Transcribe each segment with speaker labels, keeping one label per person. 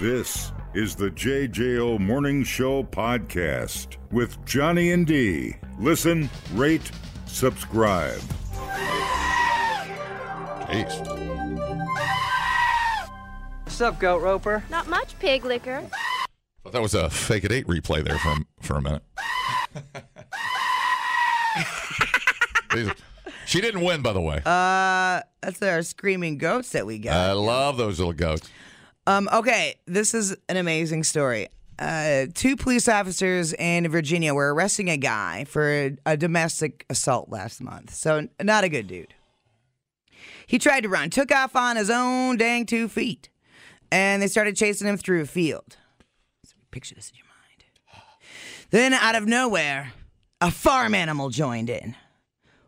Speaker 1: This is the JJO Morning Show podcast with Johnny and D. Listen, rate, subscribe.
Speaker 2: Jeez.
Speaker 3: What's up, Goat Roper?
Speaker 4: Not much pig liquor.
Speaker 2: Thought that was a fake at eight replay there for, for a minute. Jeez. she didn't win, by the way.
Speaker 5: Uh, That's our screaming goats that we got.
Speaker 2: I love those little goats.
Speaker 5: um, okay, this is an amazing story. Uh, two police officers in Virginia were arresting a guy for a, a domestic assault last month. So, n- not a good dude. He tried to run, took off on his own dang two feet, and they started chasing him through a field. So picture this in your mind. Then, out of nowhere, a farm animal joined in.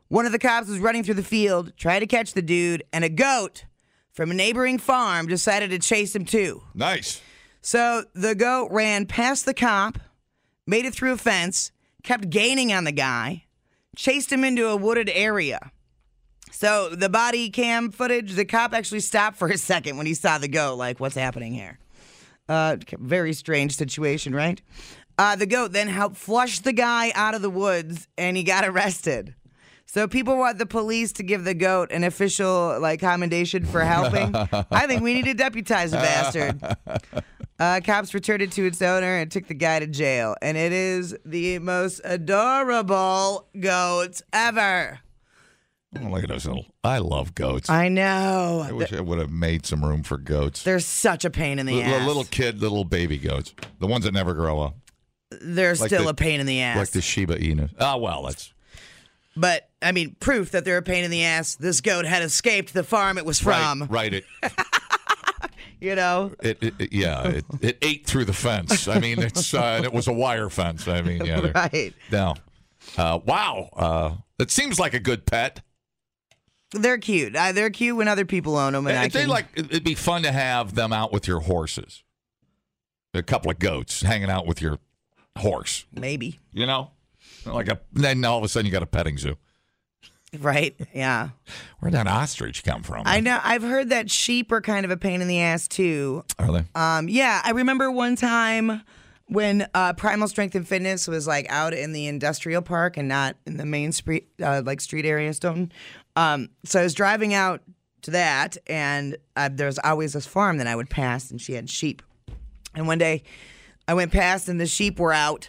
Speaker 5: One of the cops was running through the field, tried to catch the dude, and a goat from a neighboring farm decided to chase him too.
Speaker 2: Nice.
Speaker 5: So the goat ran past the cop, made it through a fence, kept gaining on the guy, chased him into a wooded area. So the body cam footage, the cop actually stopped for a second when he saw the goat, like, what's happening here? Uh, very strange situation, right? Uh, the goat then helped flush the guy out of the woods and he got arrested. So people want the police to give the goat an official like commendation for helping. I think we need to deputize the bastard. Uh, cops returned it to its owner and took the guy to jail. And it is the most adorable goat ever.
Speaker 2: Oh, look at those little. I love goats. I,
Speaker 5: I know.
Speaker 2: wish I would have made some room for goats.
Speaker 5: They're such a pain in the
Speaker 2: Li- li-
Speaker 5: ass.
Speaker 2: little kid, little baby goats. The ones that never grow up,
Speaker 5: they're
Speaker 2: like
Speaker 5: still
Speaker 2: the-
Speaker 5: a pain in the ass.
Speaker 2: like the Shiba Inu. Oh well, that's
Speaker 5: But I mean, proof that they're a pain in the ass. This goat had escaped the farm it was from.
Speaker 2: right. right it,
Speaker 5: You know,
Speaker 2: it, it, it- yeah, it, it ate through the fence. I mean, it's uh, and it was a wire fence. I mean, yeah, they're-
Speaker 5: right?
Speaker 2: No. Uh, wow. Uh, it seems like a good pet.
Speaker 5: They're cute. Uh, they're cute when other people own them, and I
Speaker 2: If they
Speaker 5: can-
Speaker 2: like, it- it'd be fun to have them out with your horses. A couple of goats hanging out with your horse.
Speaker 5: maybe
Speaker 2: You know, like a then all of a sudden you got a petting zoo.
Speaker 5: right. Yeah,
Speaker 2: Where'd that ostrich come from?
Speaker 5: I know. I've heard that sheep are kind of a pain in the ass too.
Speaker 2: Are they?
Speaker 5: Um, yeah, I remember one time when uh, Primal Strength and Fitness was like out in the industrial park and not in the main street, uh, like street area, in Stone. Um, so I was driving out to that, and uh, there's always this farm that I would pass, and she had sheep. And one day, I went past, and the sheep were out,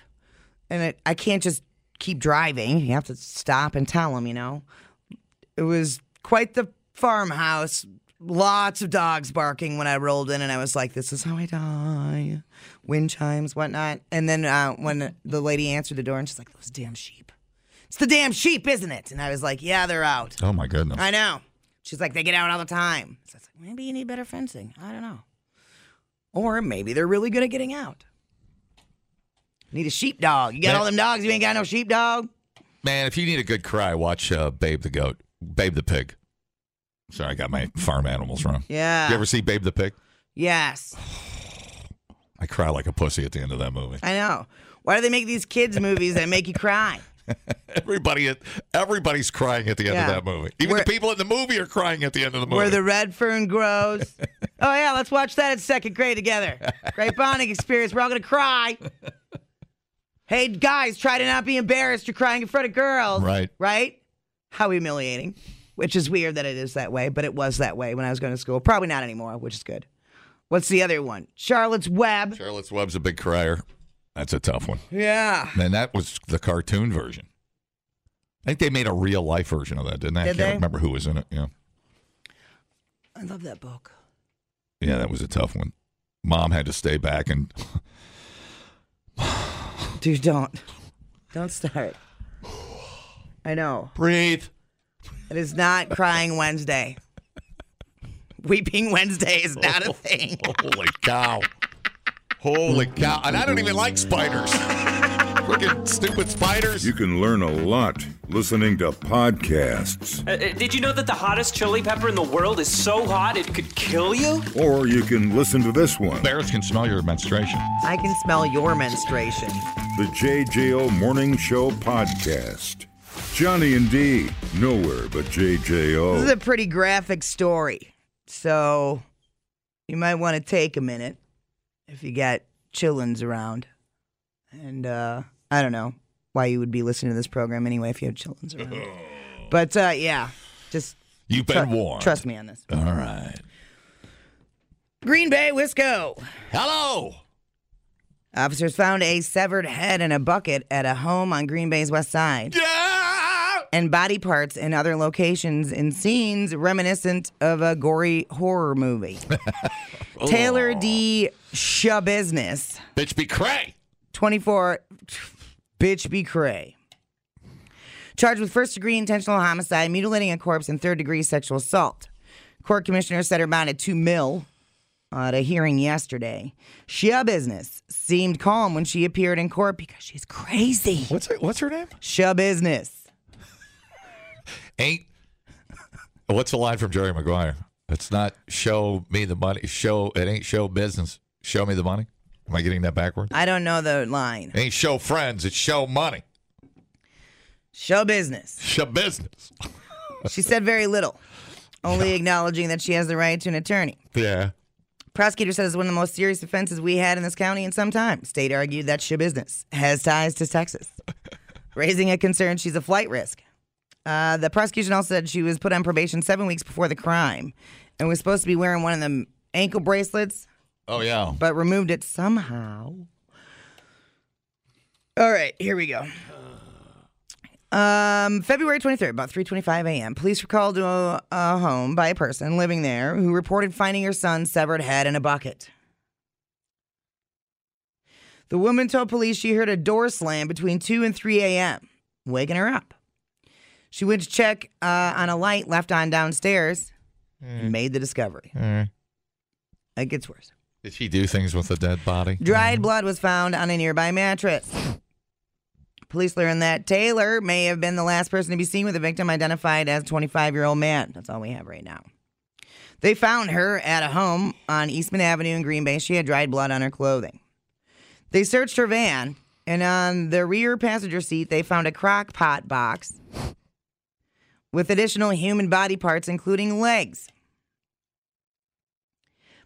Speaker 5: and it, I can't just keep driving. You have to stop and tell them, you know. It was quite the farmhouse. Lots of dogs barking when I rolled in, and I was like, "This is how I die." Wind chimes, whatnot. And then uh, when the lady answered the door, and she's like, "Those damn sheep! It's the damn sheep, isn't it?" And I was like, "Yeah, they're out.
Speaker 2: oh my goodness.
Speaker 5: I know." She's like, "They get out all the time." So I was like, "Maybe you need better fencing. I don't know, or maybe they're really good at getting out." Need a sheepdog. You got
Speaker 2: Man.
Speaker 5: all them dogs. You ain't got no sheepdog.
Speaker 2: Man, if you need a good cry, watch uh, Babe the goat, Babe the pig. Sorry, I got my farm animals wrong.
Speaker 5: Yeah.
Speaker 2: You ever see Babe the pig?
Speaker 5: yes.
Speaker 2: I cry like a pussy at the end of that movie.
Speaker 5: I know. Why do they make these kids movies that make you cry?
Speaker 2: Everybody, everybody's crying at the end
Speaker 5: Yeah.
Speaker 2: of that movie. Even
Speaker 5: Where-
Speaker 2: the people in the movie are crying at the end of the movie.
Speaker 5: Where the red fern grows. Oh yeah, let's watch that in second grade together. Great bonding experience. We're all gonna cry. Hey guys, try to not be embarrassed. You're crying in front of girls.
Speaker 2: Right.
Speaker 5: Right? How humiliating. Which is weird that it is that way, but it was that way when I was going to school. Probably not anymore, which is good. What's the other one? Charlotte's Web.
Speaker 2: Charlotte's Web's a big crier. That's a tough one.
Speaker 5: Yeah.
Speaker 2: And that was the cartoon version. I think they made a real life version of that, didn't they? I
Speaker 5: Did
Speaker 2: can't
Speaker 5: they?
Speaker 2: remember who was in it. Yeah.
Speaker 5: I love that book.
Speaker 2: Yeah, that was a tough one. Mom had to stay back and
Speaker 5: Dude, don't. Don't start. I know.
Speaker 2: breathe.
Speaker 5: It is not crying Wednesday. Weeping Wednesday is not a thing.
Speaker 2: Holy cow. Holy cow. And I don't even like spiders. Freaking stupid spiders.
Speaker 1: You can learn a lot listening to podcasts,
Speaker 6: Uh, uh, did you know that the hottest chili pepper in the world is so hot it could kill you?
Speaker 1: or you can listen to this one.
Speaker 2: Bears can smell your menstruation.
Speaker 5: I can smell your menstruation.
Speaker 1: The JJO Morning Show podcast. Johnny and D, nowhere but
Speaker 5: This
Speaker 1: JJO.
Speaker 5: is a pretty graphic story. So you might want to take a minute if you got chillins around. And uh, I don't know why you would be listening to this program anyway if you had chillins around. but uh, yeah, just
Speaker 2: You've
Speaker 5: tru-
Speaker 2: been warned.
Speaker 5: trust me on this.
Speaker 2: All right.
Speaker 5: Green Bay, Wisco.
Speaker 2: Hello.
Speaker 5: Officers found a severed head in a bucket at a home on Green Bay's west side,
Speaker 2: Yeah.
Speaker 5: and body parts in other locations in scenes reminiscent of a gory horror movie. Taylor D. Shabusiness,
Speaker 2: Bitch be cray.
Speaker 5: 24, bitch be cray. Charged with first degree intentional homicide, mutilating a corpse, and third degree sexual assault. Court commissioner said her bond at two mil at a hearing yesterday. Shia business seemed calm when she appeared in court because she's crazy.
Speaker 2: What's her, what's her name?
Speaker 5: Shia business.
Speaker 2: Ain't. What's the line from Jerry Maguire? It's not show me the money. Show it ain't show business. Show me the money. Am I getting that backward?
Speaker 5: I don't know the line.
Speaker 2: It ain't show friends. It's show money.
Speaker 5: Shia business.
Speaker 2: Show business.
Speaker 5: She said very little, only acknowledging that she has the right to an attorney.
Speaker 2: Yeah.
Speaker 5: Prosecutor says it's one of the most serious offenses we had in this county in some time. State argued that's your business. Has ties to Texas. Raising a concern she's a flight risk. Uh, the prosecution also said she was put on probation seven weeks before the crime and was supposed to be wearing one of them ankle bracelets,
Speaker 2: Oh yeah.
Speaker 5: but removed it somehow. All right, here we go. Um, February 23rd, about 3:25 a.m., police were called to a, a home by a person living there who reported finding her son's severed head in a bucket. The woman told police she heard a door slam between 2 and 3 a.m., waking her up. She went to check uh, on a light left on downstairs and made the discovery. It gets worse.
Speaker 2: Did she do things with a dead body?
Speaker 5: Dried blood was found on a nearby mattress. Police learned that Taylor may have been the last person to be seen with the victim, identified as a 25 year old man. That's all we have right now. They found her at a home on Eastman Avenue in Green Bay. She had dried blood on her clothing. They searched her van, and on the rear passenger seat, they found a crock pot box with additional human body parts, including legs.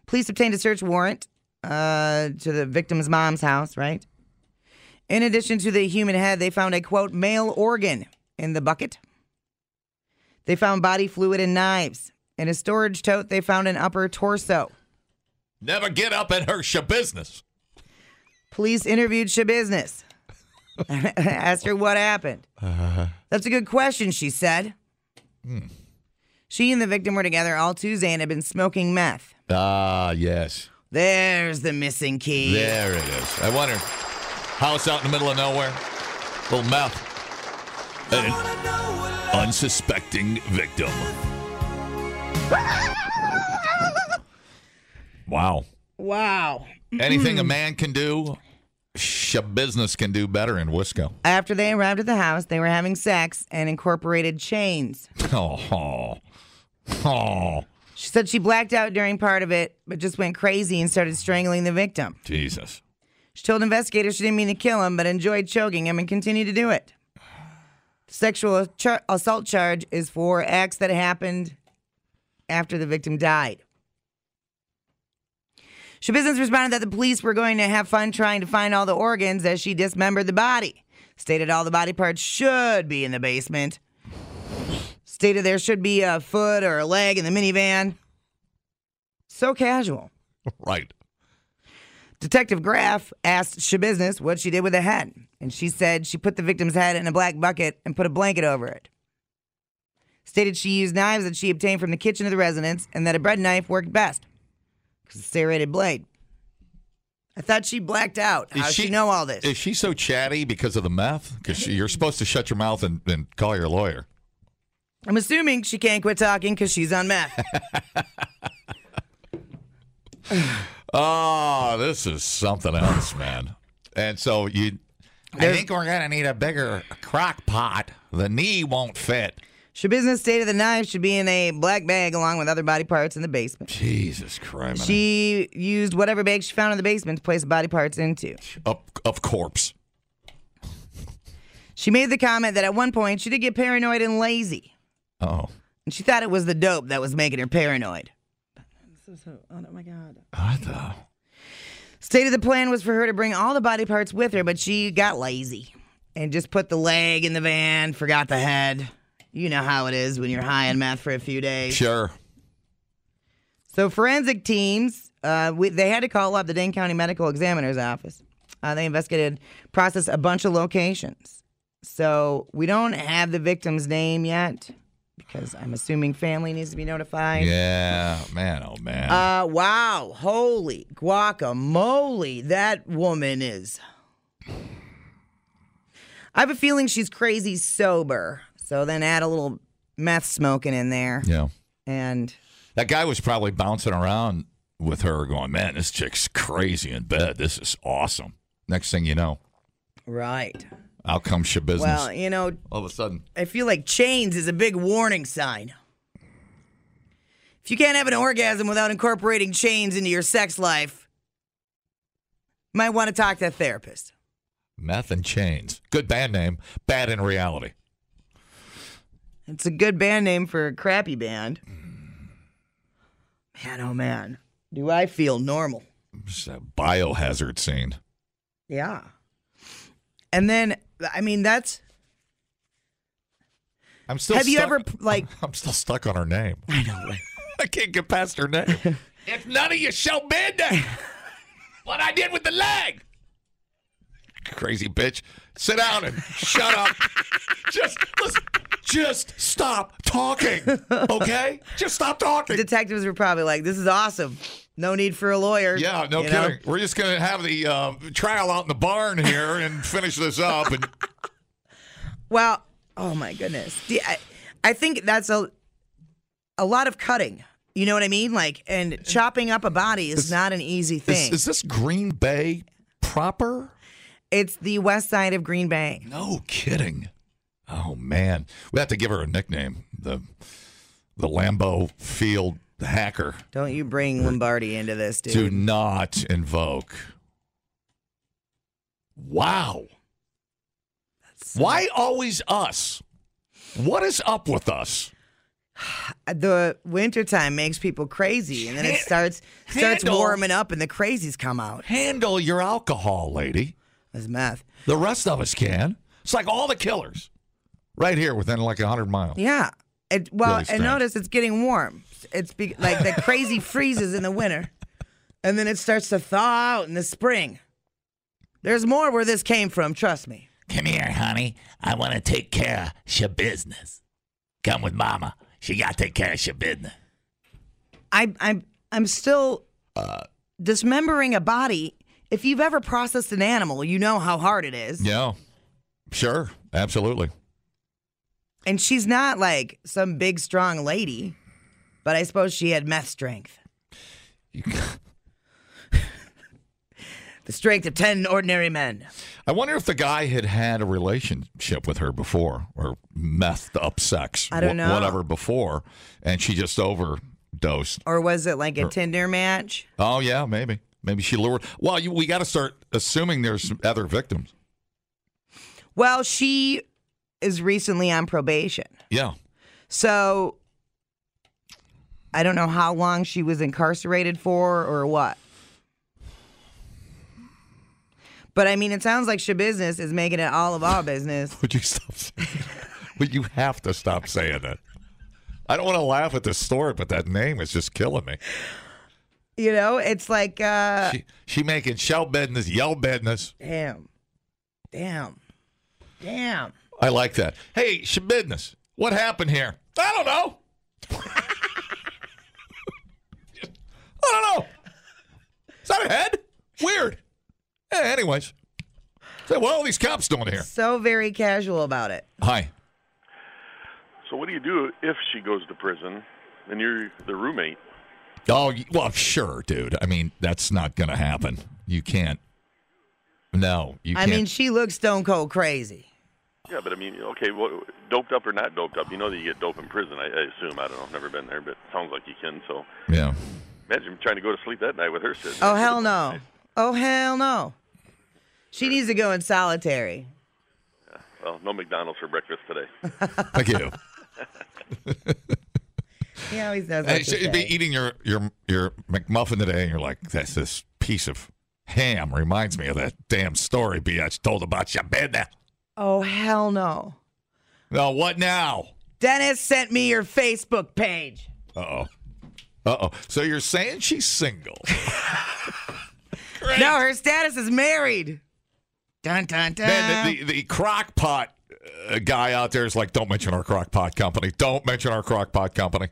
Speaker 5: Police obtained a search warrant uh, to the victim's mom's house, right? In addition to the human head, they found a quote male organ in the bucket. They found body fluid and knives. In a storage tote, they found an upper torso.
Speaker 2: Never get up in her show business.
Speaker 5: Police interviewed Shabusiness. Asked her what happened. That's a good question, she said. She and the victim were together all Tuesday and had been smoking meth.
Speaker 2: Ah yes.
Speaker 5: There's the missing key.
Speaker 2: There it is. I wonder. House out in the middle of nowhere. Little mouth. And an unsuspecting victim. wow.
Speaker 5: Wow.
Speaker 2: Anything a man can do, sh- business can do better in Wisco.
Speaker 5: After they arrived at the house, they were having sex and incorporated chains.
Speaker 2: Oh, oh, oh.
Speaker 5: She said she blacked out during part of it, but just went crazy and started strangling the victim.
Speaker 2: Jesus.
Speaker 5: She told investigators she didn't mean to kill him, but enjoyed choking him and continued to do it. The sexual char- assault charge is for acts that happened after the victim died. Shabusiness responded that the police were going to have fun trying to find all the organs as she dismembered the body. Stated all the body parts should be in the basement. Stated there should be a foot or a leg in the minivan. So casual.
Speaker 2: Right.
Speaker 5: Detective Graff asked Shabusiness what she did with the head, and she said she put the victim's head in a black bucket and put a blanket over it. Stated she used knives that she obtained from the kitchen of the residence and that a bread knife worked best because it's a serrated blade. I thought she blacked out. How
Speaker 2: Is
Speaker 5: does she know all this?
Speaker 2: Is she so chatty because of the meth? Because you're supposed to shut your mouth and, and call your lawyer.
Speaker 5: I'm assuming she can't quit talking because she's on meth.
Speaker 2: Oh, this is something else, man. And so you, I think we're gonna need a bigger crock pot. The knee won't fit.
Speaker 5: Shabusiness stated the knife should be in a black bag along with other body parts in the basement.
Speaker 2: Jesus Christ!
Speaker 5: She used whatever bag she found in the basement to place the body parts into.
Speaker 2: of, of corpse.
Speaker 5: She made the comment that at one point she did get paranoid and lazy,
Speaker 2: Oh,
Speaker 5: and she thought it was the dope that was making her paranoid.
Speaker 2: what the?
Speaker 5: Stated the plan was for her to bring all the body parts with her, but she got lazy and just put the leg in the van, forgot the head. You know how it is when you're high in math for a few days.
Speaker 2: Sure.
Speaker 5: So forensic teams, uh, we, they had to call up the Dane County Medical Examiner's office. Uh, they investigated, processed a bunch of locations. So we don't have the victim's name yet because I'm assuming family needs to be notified.
Speaker 2: Yeah, man. Oh man.
Speaker 5: Uh, wow, holy guacamole! That woman is. I have a feeling she's crazy sober. So then add a little meth smoking in there,
Speaker 2: yeah.
Speaker 5: and
Speaker 2: That guy was probably bouncing around with her, going, "Man, this chick's crazy in bed. This is awesome." Next thing you know,
Speaker 5: right.
Speaker 2: out comes your business.
Speaker 5: Well, you know,
Speaker 2: All of a sudden,
Speaker 5: I feel like chains is a big warning sign. If you can't have an orgasm without incorporating chains into your sex life, might want to talk to a therapist.
Speaker 2: meth and chains. Good band name. Bad in reality.
Speaker 5: It's a good band name for a crappy band. Man, oh man. Do I feel normal?
Speaker 2: It's a biohazard scene.
Speaker 5: Yeah. And then, I mean, that's.
Speaker 2: I'm still.
Speaker 5: have you
Speaker 2: stuck-
Speaker 5: ever, like.
Speaker 2: I'm still stuck on her name.
Speaker 5: I know, right?
Speaker 2: I can't get past her name. if none of you show midnight, what I did with the leg. Crazy bitch. Sit down and shut up. just listen. Just stop talking. Okay? Just stop talking.
Speaker 5: Detectives were probably like, this is awesome. No need for a lawyer.
Speaker 2: yeah, no
Speaker 5: you know?
Speaker 2: kidding. We're just gonna have the uh, trial out in the barn here and finish this up. And
Speaker 5: Well, oh my goodness. Do- I, I think that's a a lot of cutting. You know what I mean? Like, and chopping up a body is not an easy
Speaker 2: is,
Speaker 5: thing.
Speaker 2: is this Green Bay proper?
Speaker 5: It's the west side of Green Bay.
Speaker 2: No kidding. Oh man, we have to give her a nickname. The the Lambeau Field Hacker.
Speaker 5: Don't you bring Lombardi into this, dude.
Speaker 2: Do not invoke. Wow. Why always us? What is up with us?
Speaker 5: The wintertime makes people crazy, and then it
Speaker 2: Hand-
Speaker 5: starts starts
Speaker 2: handle.
Speaker 5: warming up, and the crazies come out.
Speaker 2: Handle your alcohol, lady.
Speaker 5: That's meth.
Speaker 2: The rest of us can. It's like all the killers. Right here within like 100 miles.
Speaker 5: Yeah. It, well,
Speaker 2: Really
Speaker 5: and
Speaker 2: strange.
Speaker 5: notice it's getting warm. It's be, like the crazy freezes in the winter, and then it starts to thaw out in the spring. There's more where this came from, trust me.
Speaker 2: Come here, honey. I want to take care of your business. Come with mama. She got to take care of your business.
Speaker 5: I, I'm I'm still
Speaker 2: Uh.
Speaker 5: dismembering a body. If you've ever processed an animal, you know how hard it is.
Speaker 2: Yeah. Sure. Absolutely.
Speaker 5: And she's not like some big strong lady, but I suppose she had meth strength. The strength of 10 ordinary men.
Speaker 2: I wonder if the guy had had a relationship with her before or methed up sex,
Speaker 5: I don't
Speaker 2: wha-
Speaker 5: know.
Speaker 2: whatever before, and she just overdosed.
Speaker 5: Or was it like a Tinder match?
Speaker 2: Oh, yeah, maybe. Maybe she lured. Well, you, we got to start assuming there's other victims.
Speaker 5: Well, she is recently on probation.
Speaker 2: Yeah.
Speaker 5: So I don't know how long she was incarcerated for or what. But I mean, it sounds like she business is making it all of our business.
Speaker 2: Would you stop saying that? Would you have to stop saying that? I don't want to laugh at this story, but that name is just killing me.
Speaker 5: You know, it's like, uh,
Speaker 2: She, she making shell business, yell business.
Speaker 5: damn, damn, damn.
Speaker 2: I like that. Hey, shell business. What happened here? I don't know. I don't know. Is that a head? Weird. Yeah, anyways. So what are all these cops doing here?
Speaker 5: So very casual about it.
Speaker 2: Hi.
Speaker 3: So what do you do if she goes to prison and you're the roommate?
Speaker 2: Oh, y- well, sure, dude. I mean, that's not going to happen. You can't. No, you
Speaker 5: I
Speaker 2: can't.
Speaker 5: mean, she looks stone cold crazy.
Speaker 3: Yeah, but I mean, okay, what, doped up or not doped up? You know that you get dope in prison. I, I assume. I don't know. I've never been there, but it sounds like you can. So
Speaker 2: yeah.
Speaker 3: imagine trying to go to sleep that night with her sitting.
Speaker 5: Oh
Speaker 3: there.
Speaker 5: hell no! Oh hell no! She needs to go in solitary.
Speaker 3: Well, no McDonald's for breakfast today.
Speaker 2: Thank you.
Speaker 5: He always knows
Speaker 2: Uh,
Speaker 5: what to
Speaker 2: so you'd be
Speaker 5: say.
Speaker 2: eating your, your your McMuffin today, and you're like, "That's this piece of ham reminds me of that damn story BH told about your business.
Speaker 5: Oh, hell no.
Speaker 2: No, what now?
Speaker 5: Dennis sent me your Facebook page.
Speaker 2: Uh oh. Uh oh. So you're saying she's single? Great.
Speaker 5: No, her status is married. Dun, dun, dun.
Speaker 2: Man, the, the, the crock pot uh, guy out there is like, don't mention our crock pot company. Don't mention our crock pot company.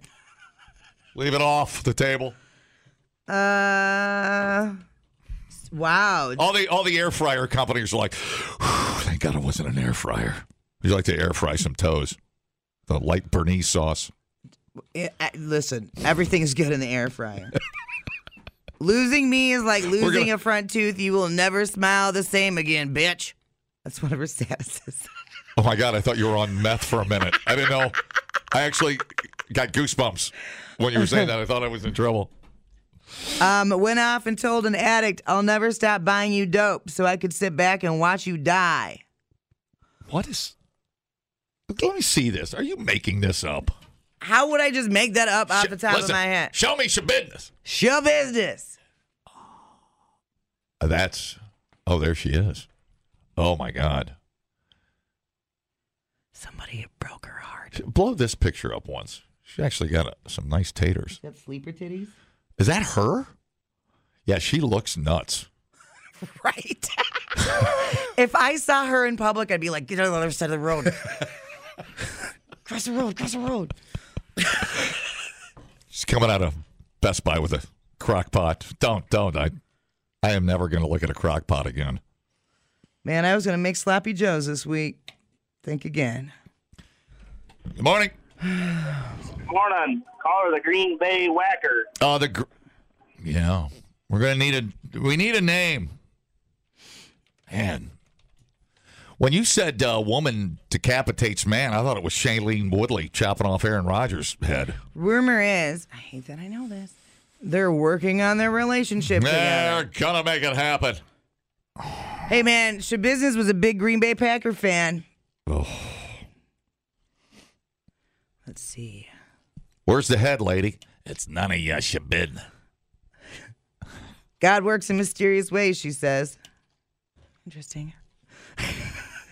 Speaker 2: Leave it off the table.
Speaker 5: Uh, wow.
Speaker 2: All the all the air fryer companies are like, "Whew, thank God it wasn't an air fryer. Would you like to air fry some toes? The light Bernese sauce.
Speaker 5: Eh, eh, Listen, everything's good in the air fryer. losing me is like losing
Speaker 2: gonna-
Speaker 5: a front tooth. You will never smile the same again, bitch. That's one of her statuses.
Speaker 2: Oh my God, I thought you were on meth for a minute. I didn't know. I actually got goosebumps when you were saying that. I thought I was in trouble.
Speaker 5: Um, went off and told an addict, I'll never stop buying you dope so I could sit back and watch you die.
Speaker 2: What is. Let me see this. Are you making this up?
Speaker 5: How would I just make that up off
Speaker 2: Sh-
Speaker 5: the top
Speaker 2: listen,
Speaker 5: of my head?
Speaker 2: Show me your business.
Speaker 5: Show business.
Speaker 2: Uh, That's. Oh, there she is. Oh my God.
Speaker 5: Somebody broke her heart.
Speaker 2: Blow this picture up once. She actually got uh some nice taters.
Speaker 5: That sleeper titties?
Speaker 2: Is that her? Yeah, she looks nuts.
Speaker 5: Right. if I saw her in public, I'd be like, get on the other side of the road. cross the road, cross the road.
Speaker 2: She's coming out of Best Buy with a crock pot. Don't, don't. I, I am never going to look at a crock pot again.
Speaker 5: Man, I was going to make sloppy joes this week. Think again.
Speaker 2: Good morning.
Speaker 4: Morning. Caller the Green Bay Whacker.
Speaker 2: Oh, the. Gr- yeah, we're gonna need a. We need a name. Man, when you said uh, "woman decapitates man," I thought it was Shailene Woodley chopping off Aaron Rodgers' head.
Speaker 5: Rumor is, I hate that I know this, they're working on their relationship
Speaker 2: They're
Speaker 5: together.
Speaker 2: gonna make it happen.
Speaker 5: Hey, man, Shabusiness was a big Green Bay Packer fan. Let's see.
Speaker 2: Where's the head, lady? It's none of your business.
Speaker 5: God works in mysterious ways, she says. Interesting.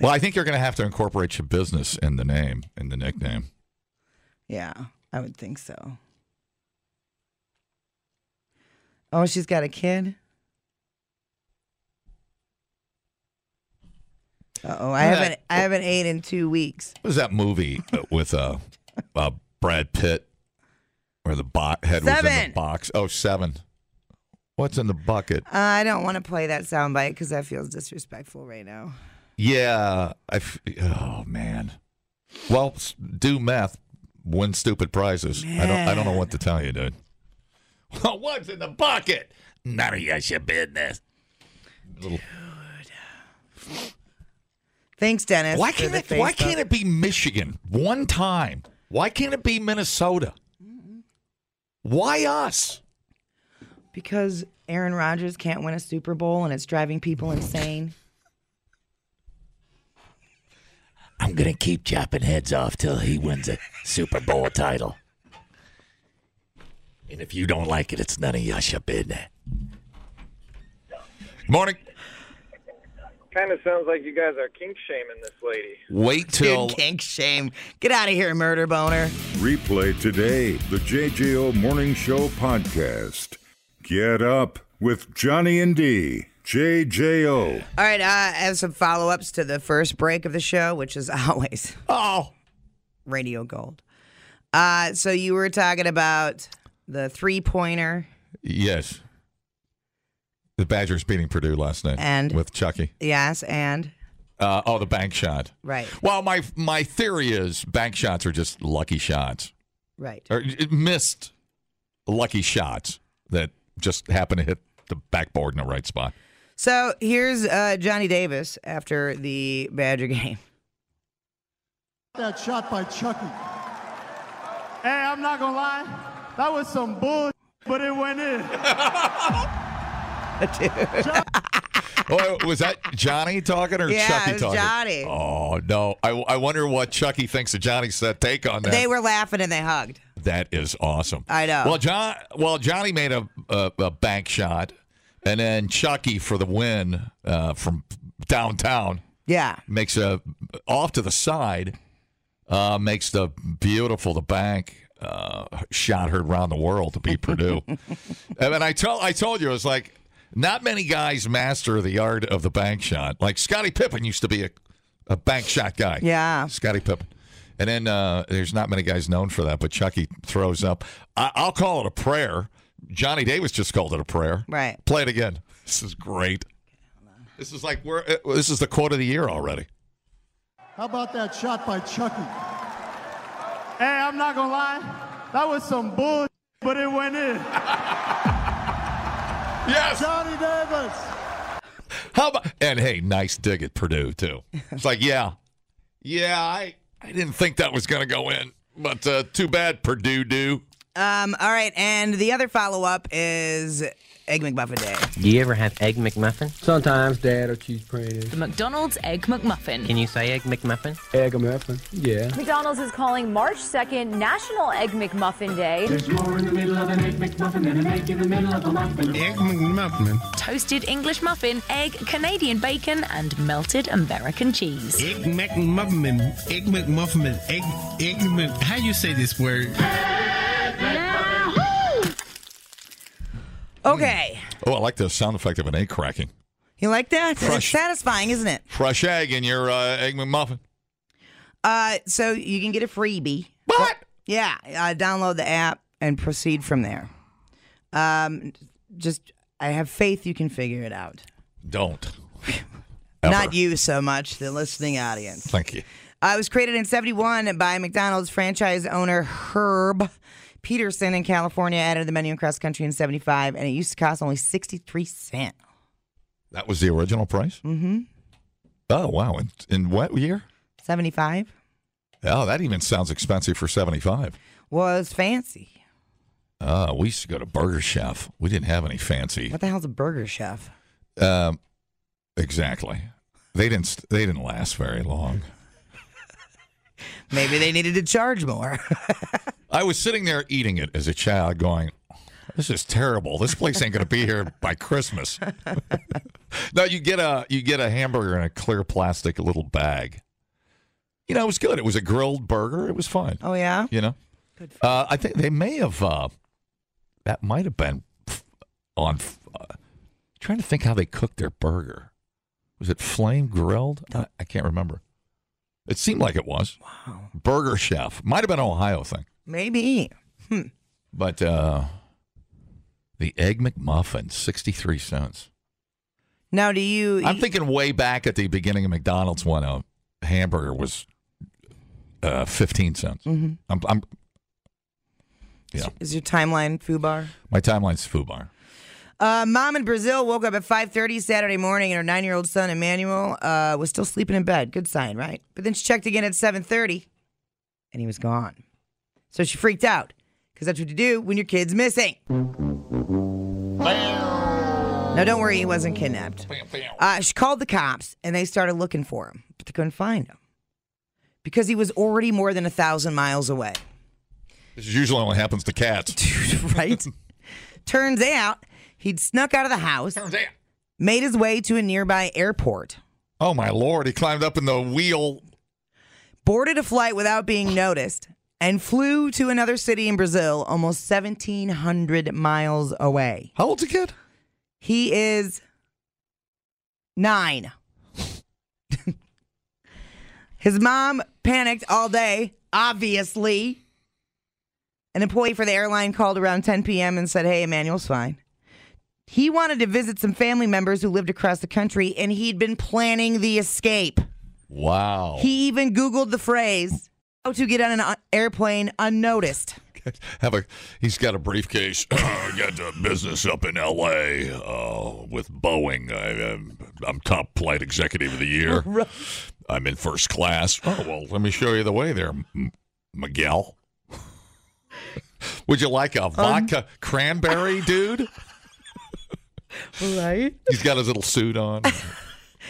Speaker 2: Well, I think you're gonna have to incorporate your business in the name, in the nickname.
Speaker 5: Yeah, I would think so. Oh, she's got a kid. Uh oh, I
Speaker 2: Look at
Speaker 5: haven't I haven't ate in two weeks.
Speaker 2: What was that movie uh, with uh, uh, Brad Pitt where the bo- head was in
Speaker 5: Seven.
Speaker 2: the box? Oh, seven. What's in the bucket?
Speaker 5: Uh, I don't want to play that soundbite because that feels disrespectful right now.
Speaker 2: Yeah, I. F- oh man. Well, s- do math, win stupid prizes. I don't. I don't know what to tell you, dude. Well, what's in the bucket? None of your shit business. Little-
Speaker 5: Thanks, Dennis.
Speaker 2: Why
Speaker 5: for
Speaker 2: can't
Speaker 5: the
Speaker 2: it? Why
Speaker 5: Facebook.
Speaker 2: can't it be Michigan one time? Why can't it be Minnesota? Why us?
Speaker 5: Because Aaron Rodgers can't win a Super Bowl and it's driving people insane.
Speaker 2: I'm gonna keep chopping heads off till he wins a Super Bowl title. And if you don't like it, it's none of your business. Morning.
Speaker 7: Kind of sounds like you guys are kink shaming this lady.
Speaker 2: Wait till
Speaker 5: Dude, kink shame. Get out of here, murder boner.
Speaker 1: Replay today the JJO Morning Show podcast. Get up with Johnny and D. JJO.
Speaker 5: All right, uh, I have some follow ups to the first break of the show, which is always
Speaker 2: oh
Speaker 5: Radio Gold. Uh, so you were talking about the three pointer.
Speaker 2: yes, the Badgers beating Purdue last night
Speaker 5: And?
Speaker 2: with Chucky.
Speaker 5: Yes, and
Speaker 2: Uh, oh, the bank shot.
Speaker 5: right,
Speaker 2: Well, my my theory is bank shots are just lucky shots
Speaker 5: right.
Speaker 2: or uh, missed lucky shots that just happen to hit the backboard in the right spot.
Speaker 5: So here's uh, Johnny Davis after the Badger game.
Speaker 8: That shot by Chucky. Hey, I'm not gonna lie, that was some bull, but it went in.
Speaker 2: Oh, was that Johnny talking or
Speaker 5: Yeah,
Speaker 2: Chucky
Speaker 5: it was
Speaker 2: talking?
Speaker 5: Johnny.
Speaker 2: Oh no! I, I wonder what Chucky thinks of Johnny's uh, take on that.
Speaker 5: They were laughing and they hugged.
Speaker 2: That is awesome.
Speaker 5: I know.
Speaker 2: Well, John. Well, Johnny made a a, a bank shot, And then Chucky for the win uh, from downtown
Speaker 5: Yeah.
Speaker 2: makes a off to the side, uh, makes the beautiful the bank uh, shot heard round the world to beat Purdue. and then I told I told you it was like not many guys master the art of the bank shot. Like Scottie Pippen used to be a, a bank shot guy.
Speaker 5: Yeah.
Speaker 2: Scottie Pippen. And then uh, there's not many guys known for that, but Chucky throws up. I- I'll call it a prayer. Johnny Davis just called it a prayer.
Speaker 5: Right.
Speaker 2: Play it again. This is great. This is like we're uh, this is the quote of the year already.
Speaker 8: How about that shot by Chucky? Hey, I'm not gonna lie, that was some bull, but it went in.
Speaker 2: Yes.
Speaker 8: Johnny Davis.
Speaker 2: How about and hey, nice dig at Purdue too. It's like yeah, yeah. I I didn't think that was going to go in, but uh, too bad Purdue do.
Speaker 5: Um, all right, and the other follow up is Egg McMuffin Day.
Speaker 9: Do you ever have Egg McMuffin?
Speaker 10: Sometimes dad will choose prayers.
Speaker 11: The McDonald's Egg McMuffin.
Speaker 9: Can you say Egg McMuffin?
Speaker 10: Egg a muffin. Yeah.
Speaker 11: McDonald's is calling March 2nd National Egg McMuffin Day.
Speaker 10: There's more in the middle of an egg McMuffin than an egg in the middle of a muffin. Egg McMuffin.
Speaker 11: Toasted English muffin, egg, Canadian bacon, and melted American cheese.
Speaker 10: Egg McMuffin. Egg McMuffin. Egg Egg Mc. How you say this word?
Speaker 5: Okay,
Speaker 2: Oh, I like the sound effect of an egg cracking.
Speaker 5: you like that? It's
Speaker 2: Crush.
Speaker 5: satisfying, isn't it?
Speaker 2: Fresh egg in your uh, egg McMuffin.
Speaker 5: Uh, so you can get a freebie.
Speaker 2: What?
Speaker 5: Yeah, uh, download the app and proceed from there. Um, just I have faith you can figure it out.
Speaker 2: Don't. Ever.
Speaker 5: Not you so much, the listening audience.
Speaker 2: Thank you.
Speaker 5: Uh, it was created in 71 by McDonald's franchise owner Herb Peterson in California, added to the menu across the country in 75, and it used to cost only 63 cents.
Speaker 2: That was the original price. Mm-hmm. Oh wow! In, in what year?
Speaker 5: 75
Speaker 2: Oh, that even sounds expensive for seventy-five.
Speaker 5: was fancy.
Speaker 2: Uh, we used to go to Burger Chef. We didn't have any fancy.
Speaker 5: What the hell's a burger chef?
Speaker 2: Um, exactly. They didn't. They didn't last very long.
Speaker 5: Maybe they needed to charge more.
Speaker 2: I was sitting there eating it as a child, going, "This is terrible. This place ain't going to be here by Christmas." no, you get a you get a hamburger in a clear plastic little bag. You know, it was good. It was a grilled burger. It was fine.
Speaker 5: oh yeah.
Speaker 2: You know, uh, I think they may have. Uh, that might have been f- on. f- Uh, trying to think how they cooked their burger. Was it flame grilled? I, I can't remember. It seemed like it was. Wow. Burger Chef might have been an Ohio thing,
Speaker 5: Maybe.
Speaker 2: but uh, the egg McMuffin, sixty three cents.
Speaker 5: Now do you
Speaker 2: I'm thinking way back at the beginning of McDonald's when a hamburger was uh, fifteen cents. Mm-hmm. I'm, I'm yeah.
Speaker 5: is your timeline foo bar?
Speaker 2: My timeline's Fubar.
Speaker 5: Uh, mom in Brazil woke up at 5:30 Saturday morning, and her nine-year-old son Emmanuel uh, was still sleeping in bed. Good sign, right? But then she checked again at 7:30, and he was gone. So she freaked out because that's what you do when your kid's missing. Now don't worry, he wasn't kidnapped. Uh, she called the cops, and they started looking for him, but they couldn't find him because he was already more than a thousand miles away.
Speaker 2: This usually only happens to cats.
Speaker 5: right? Turns out he'd snuck out of the house, made his way to a nearby airport,
Speaker 2: Oh my lord! He climbed up in the wheel.
Speaker 5: boarded a flight without being noticed, and flew to another city in Brazil almost 1,700 miles away.
Speaker 2: How old's the kid?
Speaker 5: He is nine. His mom panicked all day, obviously. An employee for the airline called around 10 p.m. and said, Hey, Emmanuel's fine. He wanted to visit some family members who lived across the country, and he'd been planning the escape.
Speaker 2: Wow.
Speaker 5: He even Googled the phrase, how to get on an uh, airplane unnoticed.
Speaker 2: Have a. He's got a briefcase. I got a business up in L.A. Uh, with Boeing. I, I'm, I'm top flight executive of the year. I'm in first class. Oh well, let me show you the way there, M- Miguel. Would you like
Speaker 5: Um,
Speaker 2: a vodka cranberry, dude?
Speaker 5: Right?
Speaker 2: He's got his little suit on.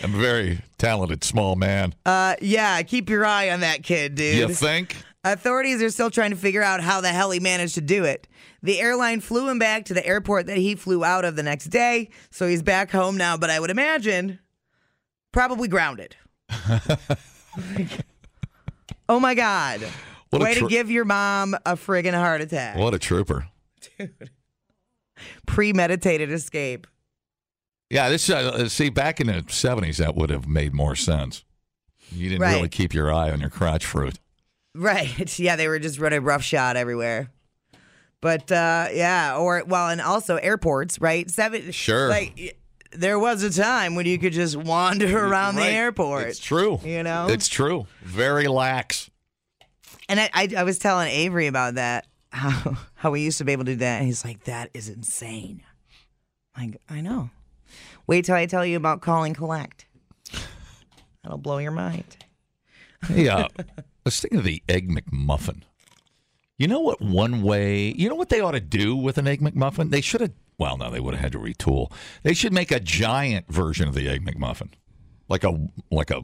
Speaker 2: I'm a very talented small man.
Speaker 5: Uh, yeah, keep your eye on that kid, dude.
Speaker 2: you think?
Speaker 5: Authorities are still trying to figure out how the hell he managed to do it. The airline flew him back to the airport that he flew out of the next day, so he's back home now, but I would imagine probably grounded. oh my God.
Speaker 2: What a
Speaker 5: Way
Speaker 2: tr-
Speaker 5: to give your mom a friggin' heart attack.
Speaker 2: What a trooper.
Speaker 5: Premeditated escape.
Speaker 2: Yeah, this uh, see back in the seventies that would have made more sense. You didn't
Speaker 5: Right.
Speaker 2: really keep your eye on your crotch fruit.
Speaker 5: Right. Yeah, they were just running roughshod everywhere. But uh, yeah, or well, and also airports, right? Seven.
Speaker 2: Sure.
Speaker 5: Like y- there was a time when you could just wander around
Speaker 2: Right.
Speaker 5: the airport.
Speaker 2: It's true.
Speaker 5: You know.
Speaker 2: It's true. Very lax.
Speaker 5: and I, I, I was telling Avery about that how how we used to be able to do that, and he's like, "That is insane." Like I know. Wait till I tell you about calling collect. That'll blow your mind.
Speaker 2: Hey, uh, let's think of the egg McMuffin. You know what? One way. You know what they ought to do with an egg McMuffin? They should have. Well, no, they would have had to retool. They should make a giant version of the egg McMuffin, like a like a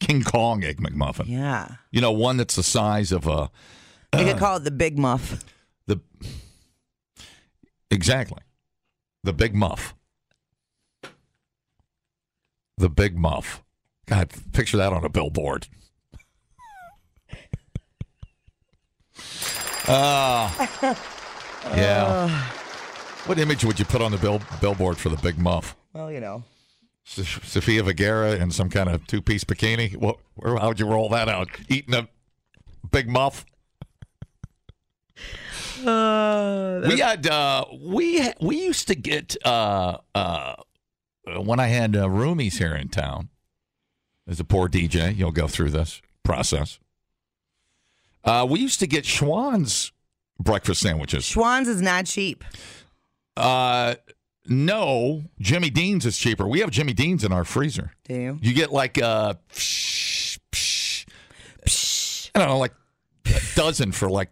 Speaker 2: King Kong egg McMuffin.
Speaker 5: Yeah.
Speaker 2: You know, one that's the size of a
Speaker 5: They could call it the Big Muff.
Speaker 2: the exactly the big muff. The big muff. God, picture that on a billboard. Ah, yeah. What image would you put on the bill, billboard for the big muff?
Speaker 5: Well, you know.
Speaker 2: S- Sofia Vergara in some kind of two-piece bikini. What? Where, how'd you roll that out? Eating a big muff.
Speaker 5: Uh,
Speaker 2: we had uh, we we used to get uh, uh, when I had uh, roomies here in town. As a poor DJ, you'll go through this process. Uh, we used to get Schwann's breakfast sandwiches.
Speaker 5: Schwann's is not cheap.
Speaker 2: Uh, no, Jimmy Dean's is cheaper. We have Jimmy Dean's in our freezer.
Speaker 5: Do you?
Speaker 2: You get like uh, psh, psh, I don't know, like a dozen for like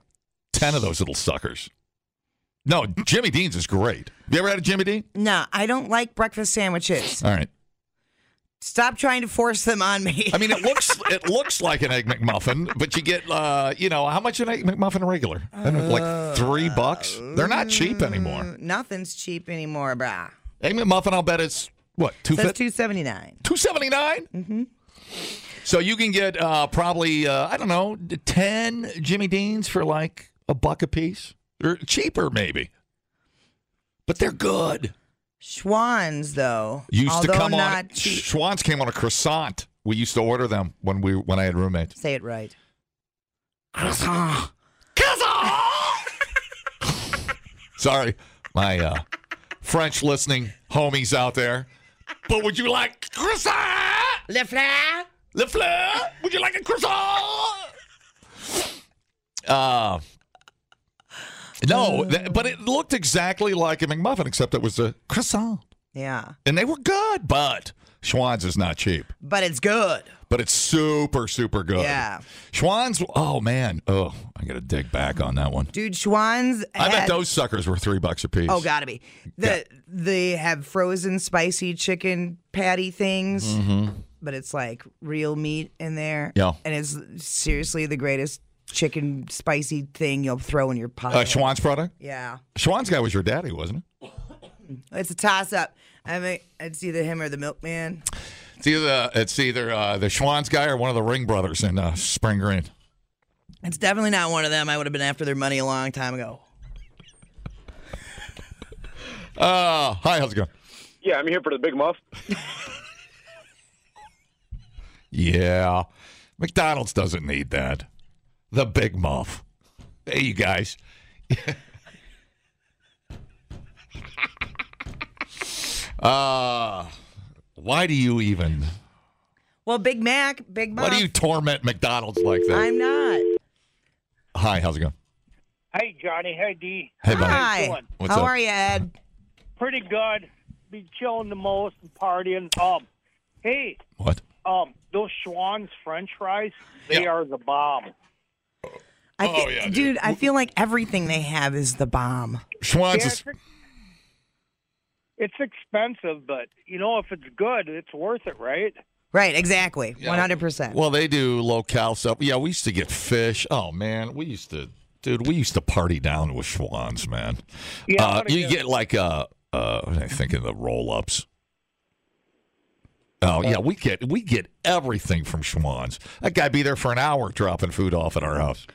Speaker 2: ten of those little suckers. No, Jimmy Dean's is great. You ever had a Jimmy Dean?
Speaker 5: No, I don't like breakfast sandwiches.
Speaker 2: All right.
Speaker 5: Stop trying to force them on me.
Speaker 2: I mean, it looks it looks like an egg McMuffin, but you get uh, you know, how much an egg McMuffin regular? I don't know, like three bucks. They're not cheap anymore.
Speaker 5: Mm, Nothing's cheap anymore, brah.
Speaker 2: Egg McMuffin, I'll bet it's what two
Speaker 5: That's
Speaker 2: fifty.
Speaker 5: two seventy nine.
Speaker 2: Two seventy nine.
Speaker 5: Mm-hmm.
Speaker 2: So you can get uh, probably uh, I don't know ten Jimmy Deans for like a buck a piece, or cheaper maybe. But they're good.
Speaker 5: Schwann's though,
Speaker 2: Used
Speaker 5: although
Speaker 2: to come
Speaker 5: not
Speaker 2: on.
Speaker 5: cheap.
Speaker 2: Schwann's came on a croissant. We used to order them when we when I had roommates.
Speaker 5: Say it right.
Speaker 2: Croissant. Sorry, my uh, French listening homies out there. But would you like croissant?
Speaker 5: Le Fleur.
Speaker 2: Le Fleur, would you like a croissant? Uh,
Speaker 5: Mm.
Speaker 2: no, th- but it looked exactly like a McMuffin, except it was a croissant.
Speaker 5: Yeah,
Speaker 2: And they were good, but Schwann's is not cheap.
Speaker 5: but it's good.
Speaker 2: But it's super, super good.
Speaker 5: Yeah.
Speaker 2: Schwann's, oh man. Oh, I got to dig back on that one.
Speaker 5: Dude, Schwann's.
Speaker 2: I bet
Speaker 5: had-
Speaker 2: those suckers were three bucks a piece.
Speaker 5: Oh, gotta be. The they have frozen spicy chicken patty things, but it's like real meat in there.
Speaker 2: Mm-hmm. Yeah.
Speaker 5: and it's seriously the greatest chicken spicy thing you'll throw in your pot.
Speaker 2: Uh, Schwann's product?
Speaker 5: yeah,
Speaker 2: Schwann's guy was your daddy, wasn't it?
Speaker 5: it's a toss up. I mean, it's either him or the milkman.
Speaker 2: It's either, it's either uh, the Schwann's guy or one of the Ring brothers in uh, Spring Green.
Speaker 5: It's definitely not one of them. I would have been after their money a long time ago.
Speaker 2: Uh, hi, how's it going?
Speaker 12: Yeah, I'm here for the big muff.
Speaker 2: Yeah. McDonald's doesn't need that. The Big Muff. Hey, you guys. uh, why do you even.
Speaker 5: Well, Big Mac, Big Mom.
Speaker 2: Why do you torment McDonald's like that?
Speaker 5: I'm not.
Speaker 2: Hi, how's it going?
Speaker 13: Hey, Johnny. Hey, D.
Speaker 2: Hey, buddy.
Speaker 13: How you
Speaker 5: Hi.
Speaker 13: doing?
Speaker 2: What's
Speaker 5: How
Speaker 2: up?
Speaker 5: are you, Ed?
Speaker 13: Pretty good. Be chilling the most and partying. Um, hey,
Speaker 2: What?
Speaker 13: um, those Schwann's French fries, they are the bomb.
Speaker 5: I fe- dude. I feel like everything they have is the bomb.
Speaker 2: Schwann's
Speaker 13: is- It's expensive, but you know if it's good, it's worth it, right?
Speaker 5: Right, exactly. 100%.
Speaker 2: Well, they do locale stuff. Yeah, we used to get fish. Oh man, we used to, dude, we used to party down with Schwans, man.
Speaker 13: Yeah,
Speaker 2: uh,
Speaker 13: what a
Speaker 2: you
Speaker 13: good-
Speaker 2: get like uh, uh, what am I think of the roll ups. Oh yeah, we get we get everything from Schwans. That guy be there for an hour dropping food off at our house.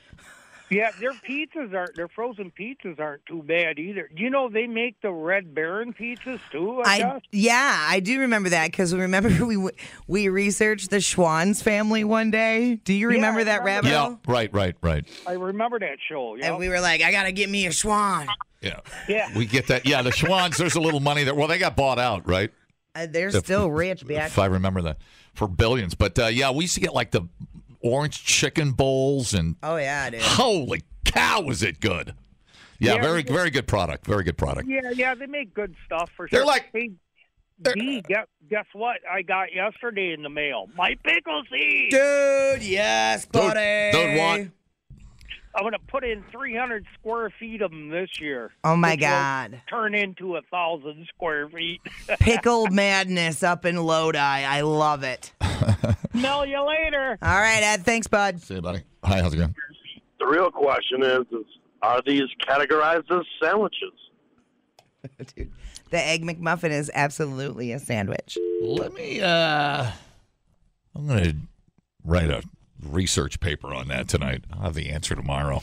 Speaker 13: Yeah, their pizzas aren't their frozen pizzas aren't too bad either. Do You know they make the Red Baron pizzas too. I,
Speaker 5: I
Speaker 13: guess.
Speaker 5: yeah, I do remember that because remember we w- we researched the Schwann's family one day. Do you remember that rabbit
Speaker 2: Yeah,
Speaker 5: hole?
Speaker 2: right, right, right.
Speaker 13: I remember that show. Yeah,
Speaker 5: And we were like, I gotta get me a Schwann.
Speaker 2: Yeah,
Speaker 13: yeah.
Speaker 2: We get that. Yeah, the Schwans. There's a little money there. Well, they got bought out, right?
Speaker 5: Uh, they're
Speaker 2: If-
Speaker 5: still rich, back.
Speaker 2: if I remember that, for billions. But uh, yeah, we used to get like the orange chicken bowls and
Speaker 5: Oh yeah, dude.
Speaker 2: holy cow, was it good? Yeah,
Speaker 13: Yeah,
Speaker 2: very
Speaker 13: we-
Speaker 2: very good product. Very good product.
Speaker 13: yeah, yeah, they make good stuff for
Speaker 2: They're
Speaker 13: sure.
Speaker 2: like-
Speaker 13: hey, D, guess, guess what I got yesterday in the mail? My pickle seed.
Speaker 5: Dude, yes, buddy.
Speaker 2: Dude, what?
Speaker 13: I'm gonna put in 300 square feet of them this year.
Speaker 5: Oh my
Speaker 13: which will
Speaker 5: God.
Speaker 13: Turn into a thousand square feet.
Speaker 5: Pickle madness up in Lodi. I love it. All
Speaker 13: Smell you later.
Speaker 5: right, Ed. Thanks, bud.
Speaker 2: See you, buddy. Hi, how's it going?
Speaker 12: The real question is, is are these categorized as sandwiches?
Speaker 5: Dude, the egg McMuffin is absolutely a sandwich.
Speaker 2: Let me. uh I'm gonna write a research paper on that tonight. I'll have the answer tomorrow.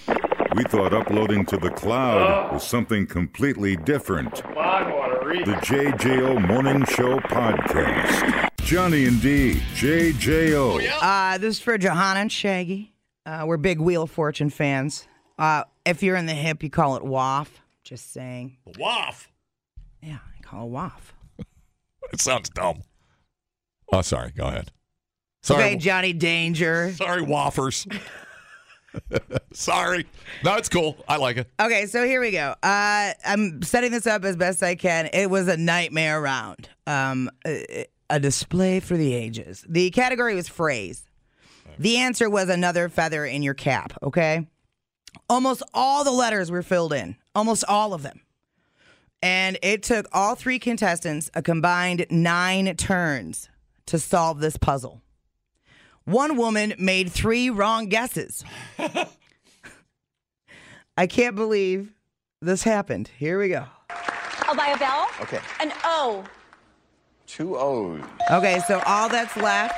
Speaker 1: We thought uploading to the cloud was something completely different. The JJO Morning Show Podcast. Johnny and D, JJO.
Speaker 5: Uh, this is for Johanna and Shaggy. Uh, we're big Wheel of Fortune fans. Uh, if you're in the hip, you call it WAF. Just saying.
Speaker 2: Waff.
Speaker 5: Yeah, I call it WAF.
Speaker 2: It sounds dumb. Oh, sorry. Go ahead. Sorry.
Speaker 5: Okay, Johnny Danger.
Speaker 2: Sorry, waffers. Sorry. No, it's cool. I like it.
Speaker 5: Okay, so here we go. Uh, I'm setting this up as best I can. It was a nightmare round. Um, a, a display for the ages. The category was phrase. The answer was another feather in your cap. Okay, almost all the letters were filled in. Almost all of them. And it took all three contestants a combined nine turns to solve this puzzle. One woman made three wrong guesses. I can't believe this happened. Here we go.
Speaker 14: I'll buy Oh, a vowel.
Speaker 5: Okay.
Speaker 14: An O.
Speaker 5: Two O's. Okay, so all that's left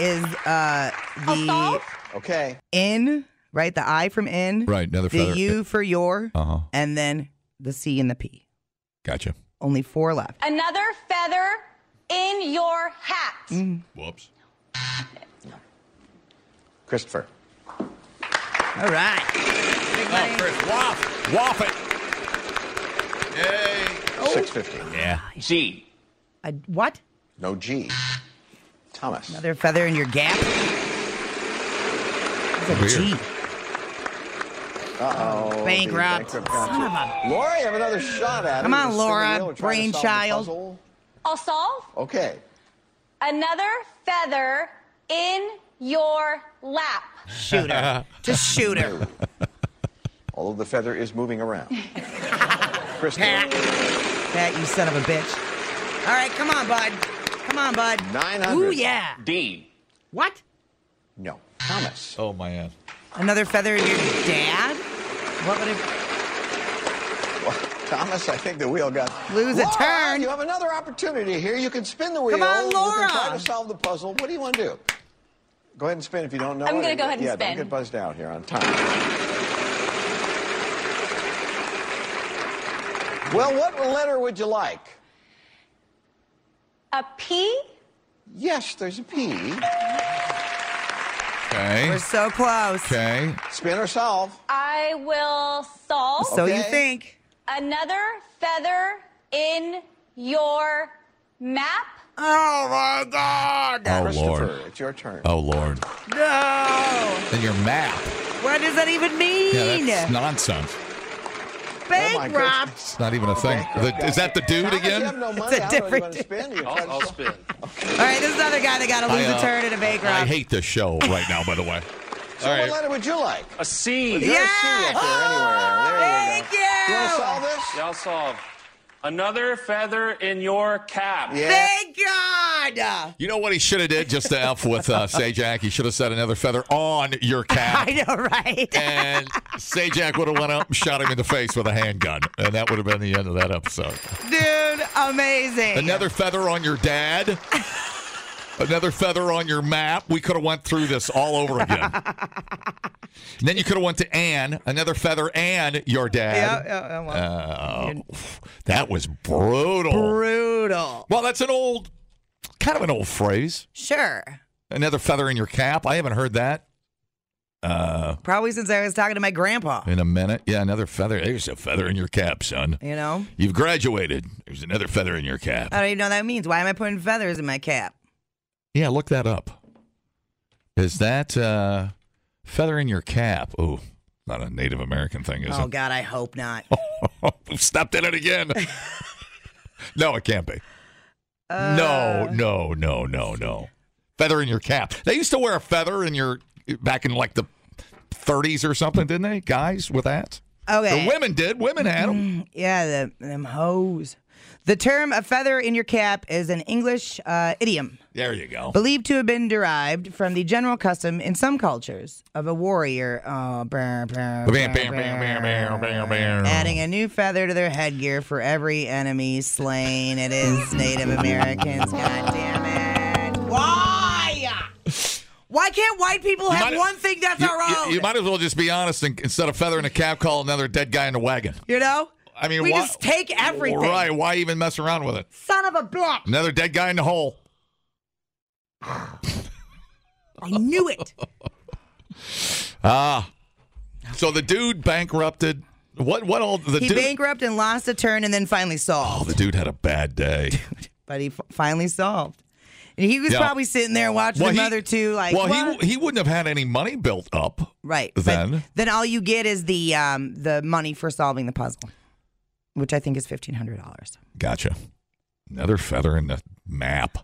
Speaker 5: is uh the okay in right the I from in
Speaker 2: Right, another
Speaker 5: the
Speaker 2: feather.
Speaker 5: U for your
Speaker 2: Uh huh.
Speaker 5: and then the C and the P.
Speaker 2: Gotcha.
Speaker 5: Only four left.
Speaker 14: Another feather in your hat.
Speaker 15: Mm.
Speaker 5: Mhm.
Speaker 2: Whoops.
Speaker 15: Christopher.
Speaker 5: All right.
Speaker 2: Oh, Chris, waff, waff it.
Speaker 15: Six fifty.
Speaker 2: Yeah.
Speaker 15: G.
Speaker 5: A, what?
Speaker 15: No G. Thomas.
Speaker 5: Another feather in your gap.
Speaker 15: Weird. Uh oh.
Speaker 5: Bankrupt. Son of a-
Speaker 15: Laura, you have another shot at it.
Speaker 5: Come
Speaker 15: You're
Speaker 5: on,
Speaker 15: just sitting there trying
Speaker 5: Laura,
Speaker 15: to solve the
Speaker 5: brainchild.
Speaker 15: puzzle.
Speaker 14: I'll solve
Speaker 15: Okay.
Speaker 14: another feather in your lap.
Speaker 5: Shoot her. Just shoot her.
Speaker 15: Although the feather is moving around.
Speaker 5: Pat. Pat, you son of a bitch. All right, come on, bud. Come on, bud.
Speaker 15: 900.
Speaker 5: Ooh, yeah.
Speaker 15: D.
Speaker 5: What?
Speaker 15: No. Thomas.
Speaker 2: Oh, my ass.
Speaker 5: Another feather in your dad? What would it
Speaker 15: Well, Thomas, I think the wheel got.
Speaker 5: Lose a
Speaker 15: Laura,
Speaker 5: turn.
Speaker 15: You have another opportunity here. You can spin the wheel.
Speaker 5: Come on,
Speaker 15: You
Speaker 5: Laura.
Speaker 15: can try to solve the puzzle. What do you want to do? Go ahead and spin if you don't know.
Speaker 14: I'm
Speaker 15: it.
Speaker 14: gonna go ahead and
Speaker 15: yeah,
Speaker 14: spin.
Speaker 15: don't get buzzed out here on time. Well, what letter would you like?
Speaker 14: A P?
Speaker 15: Yes, there's a P.
Speaker 2: Okay.
Speaker 5: We're so close.
Speaker 2: Okay.
Speaker 15: Spin or solve.
Speaker 14: I will solve.
Speaker 5: So you think?
Speaker 14: Another feather in your map.
Speaker 5: Oh my God!
Speaker 2: Oh,
Speaker 15: Christopher,
Speaker 2: Lord.
Speaker 15: it's your turn.
Speaker 2: Oh, Lord.
Speaker 5: No!
Speaker 2: And your map.
Speaker 5: What does that even
Speaker 2: Yeah,
Speaker 5: mean?
Speaker 2: that's nonsense.
Speaker 15: Oh
Speaker 5: Bankrupt.
Speaker 2: It's not even a thing. The- is that the dude
Speaker 15: Thomas, You
Speaker 2: again?
Speaker 15: have no money.
Speaker 5: It's a
Speaker 15: I don't know if you
Speaker 5: different
Speaker 15: want to spin. You try
Speaker 5: I'll-
Speaker 15: to
Speaker 5: I'll
Speaker 15: solve-
Speaker 5: spin. All right, this is another guy that got to
Speaker 2: I,
Speaker 5: lose
Speaker 2: uh,
Speaker 5: a turn in a
Speaker 2: I
Speaker 5: bankrupt.
Speaker 2: hate this show right now, by the way.
Speaker 15: So what letter would you like? A C.
Speaker 5: Yeah.
Speaker 15: a C up there anywhere. There you
Speaker 5: Thank
Speaker 15: go.
Speaker 5: you.
Speaker 15: want to solve this?
Speaker 16: Yeah, I'll solve. Another feather in your cap.
Speaker 15: Yeah.
Speaker 5: Thank God. Kinda.
Speaker 2: You know what he should have did just to f with uh, Sajak? He should have set another feather on your cap.
Speaker 5: I know, right?
Speaker 2: And Sajak would have went up and shot him in the face with a handgun, and that would have been the end of that episode.
Speaker 5: Dude, amazing.
Speaker 2: Another feather on your dad. Another feather on your map. We could have went through this all over again. And then you could have went to Anne. Another feather and your dad.
Speaker 5: Yeah, yeah, yeah,
Speaker 2: Oh, that was brutal.
Speaker 5: Brutal.
Speaker 2: Well, that's an old, kind of an old phrase.
Speaker 5: Sure.
Speaker 2: Another feather in your cap. I haven't heard that. Uh,
Speaker 5: Probably since I was talking to my grandpa,
Speaker 2: in a minute. Yeah, another feather. There's a feather in your cap, son.
Speaker 5: you know?
Speaker 2: You've graduated. There's another feather in your cap.
Speaker 5: I don't even know what that means. Why am I putting feathers in my cap?
Speaker 2: Yeah, look that up. Is that uh, feather in your cap? Oh, not a Native American thing, is
Speaker 5: oh,
Speaker 2: it?
Speaker 5: God, I hope not. Oh.
Speaker 2: We've stopped at it again. no, it can't be. Oh,
Speaker 5: Uh,
Speaker 2: no, no, no, no, no. Feather in your cap. They used to wear a feather in your back in like the 30s or something, didn't they? Guys with that.
Speaker 5: Uh, Okay.
Speaker 2: The women did. Women had them.
Speaker 5: Eh. Mm, Yeah, the, them hoes. The term a feather in your cap is an English uh, idiom
Speaker 2: There you go.
Speaker 5: believed to have been derived from the general custom in some cultures of a warrior oh, brr, brr, brr,
Speaker 2: Bam, bam, bam, bam, bam, bam, bam.
Speaker 5: adding a new feather to their headgear for every enemy slain. It is Native Americans. God damn it. Why? Why can't white people
Speaker 2: You
Speaker 5: have
Speaker 2: might-
Speaker 5: one thing that's
Speaker 2: you,
Speaker 5: our own?
Speaker 2: you- you might as well just be honest and instead of feather in a cap, call another dead guy in a wagon.
Speaker 5: You know?
Speaker 2: I mean,
Speaker 5: we
Speaker 2: why,
Speaker 5: just take everything.
Speaker 2: Right? Why even mess around with it?
Speaker 5: Son of a bitch.
Speaker 2: Another dead guy in the hole.
Speaker 5: I knew it.
Speaker 2: Ah. So the dude bankrupted. What? What all the
Speaker 5: he
Speaker 2: dude?
Speaker 5: bankrupt and lost a turn and then finally solved.
Speaker 2: oh, the dude had a bad day.
Speaker 5: But he f- finally solved. And he was
Speaker 2: Yeah.
Speaker 5: probably sitting there watching
Speaker 2: Well,
Speaker 5: the
Speaker 2: he-
Speaker 5: mother too, like,
Speaker 2: well,
Speaker 5: "What?"
Speaker 2: he he wouldn't have had any money built up
Speaker 5: right. but
Speaker 2: then.
Speaker 5: then all you get is the um, the money for solving the puzzle, which I think is fifteen hundred dollars.
Speaker 2: Gotcha. Another feather in the map.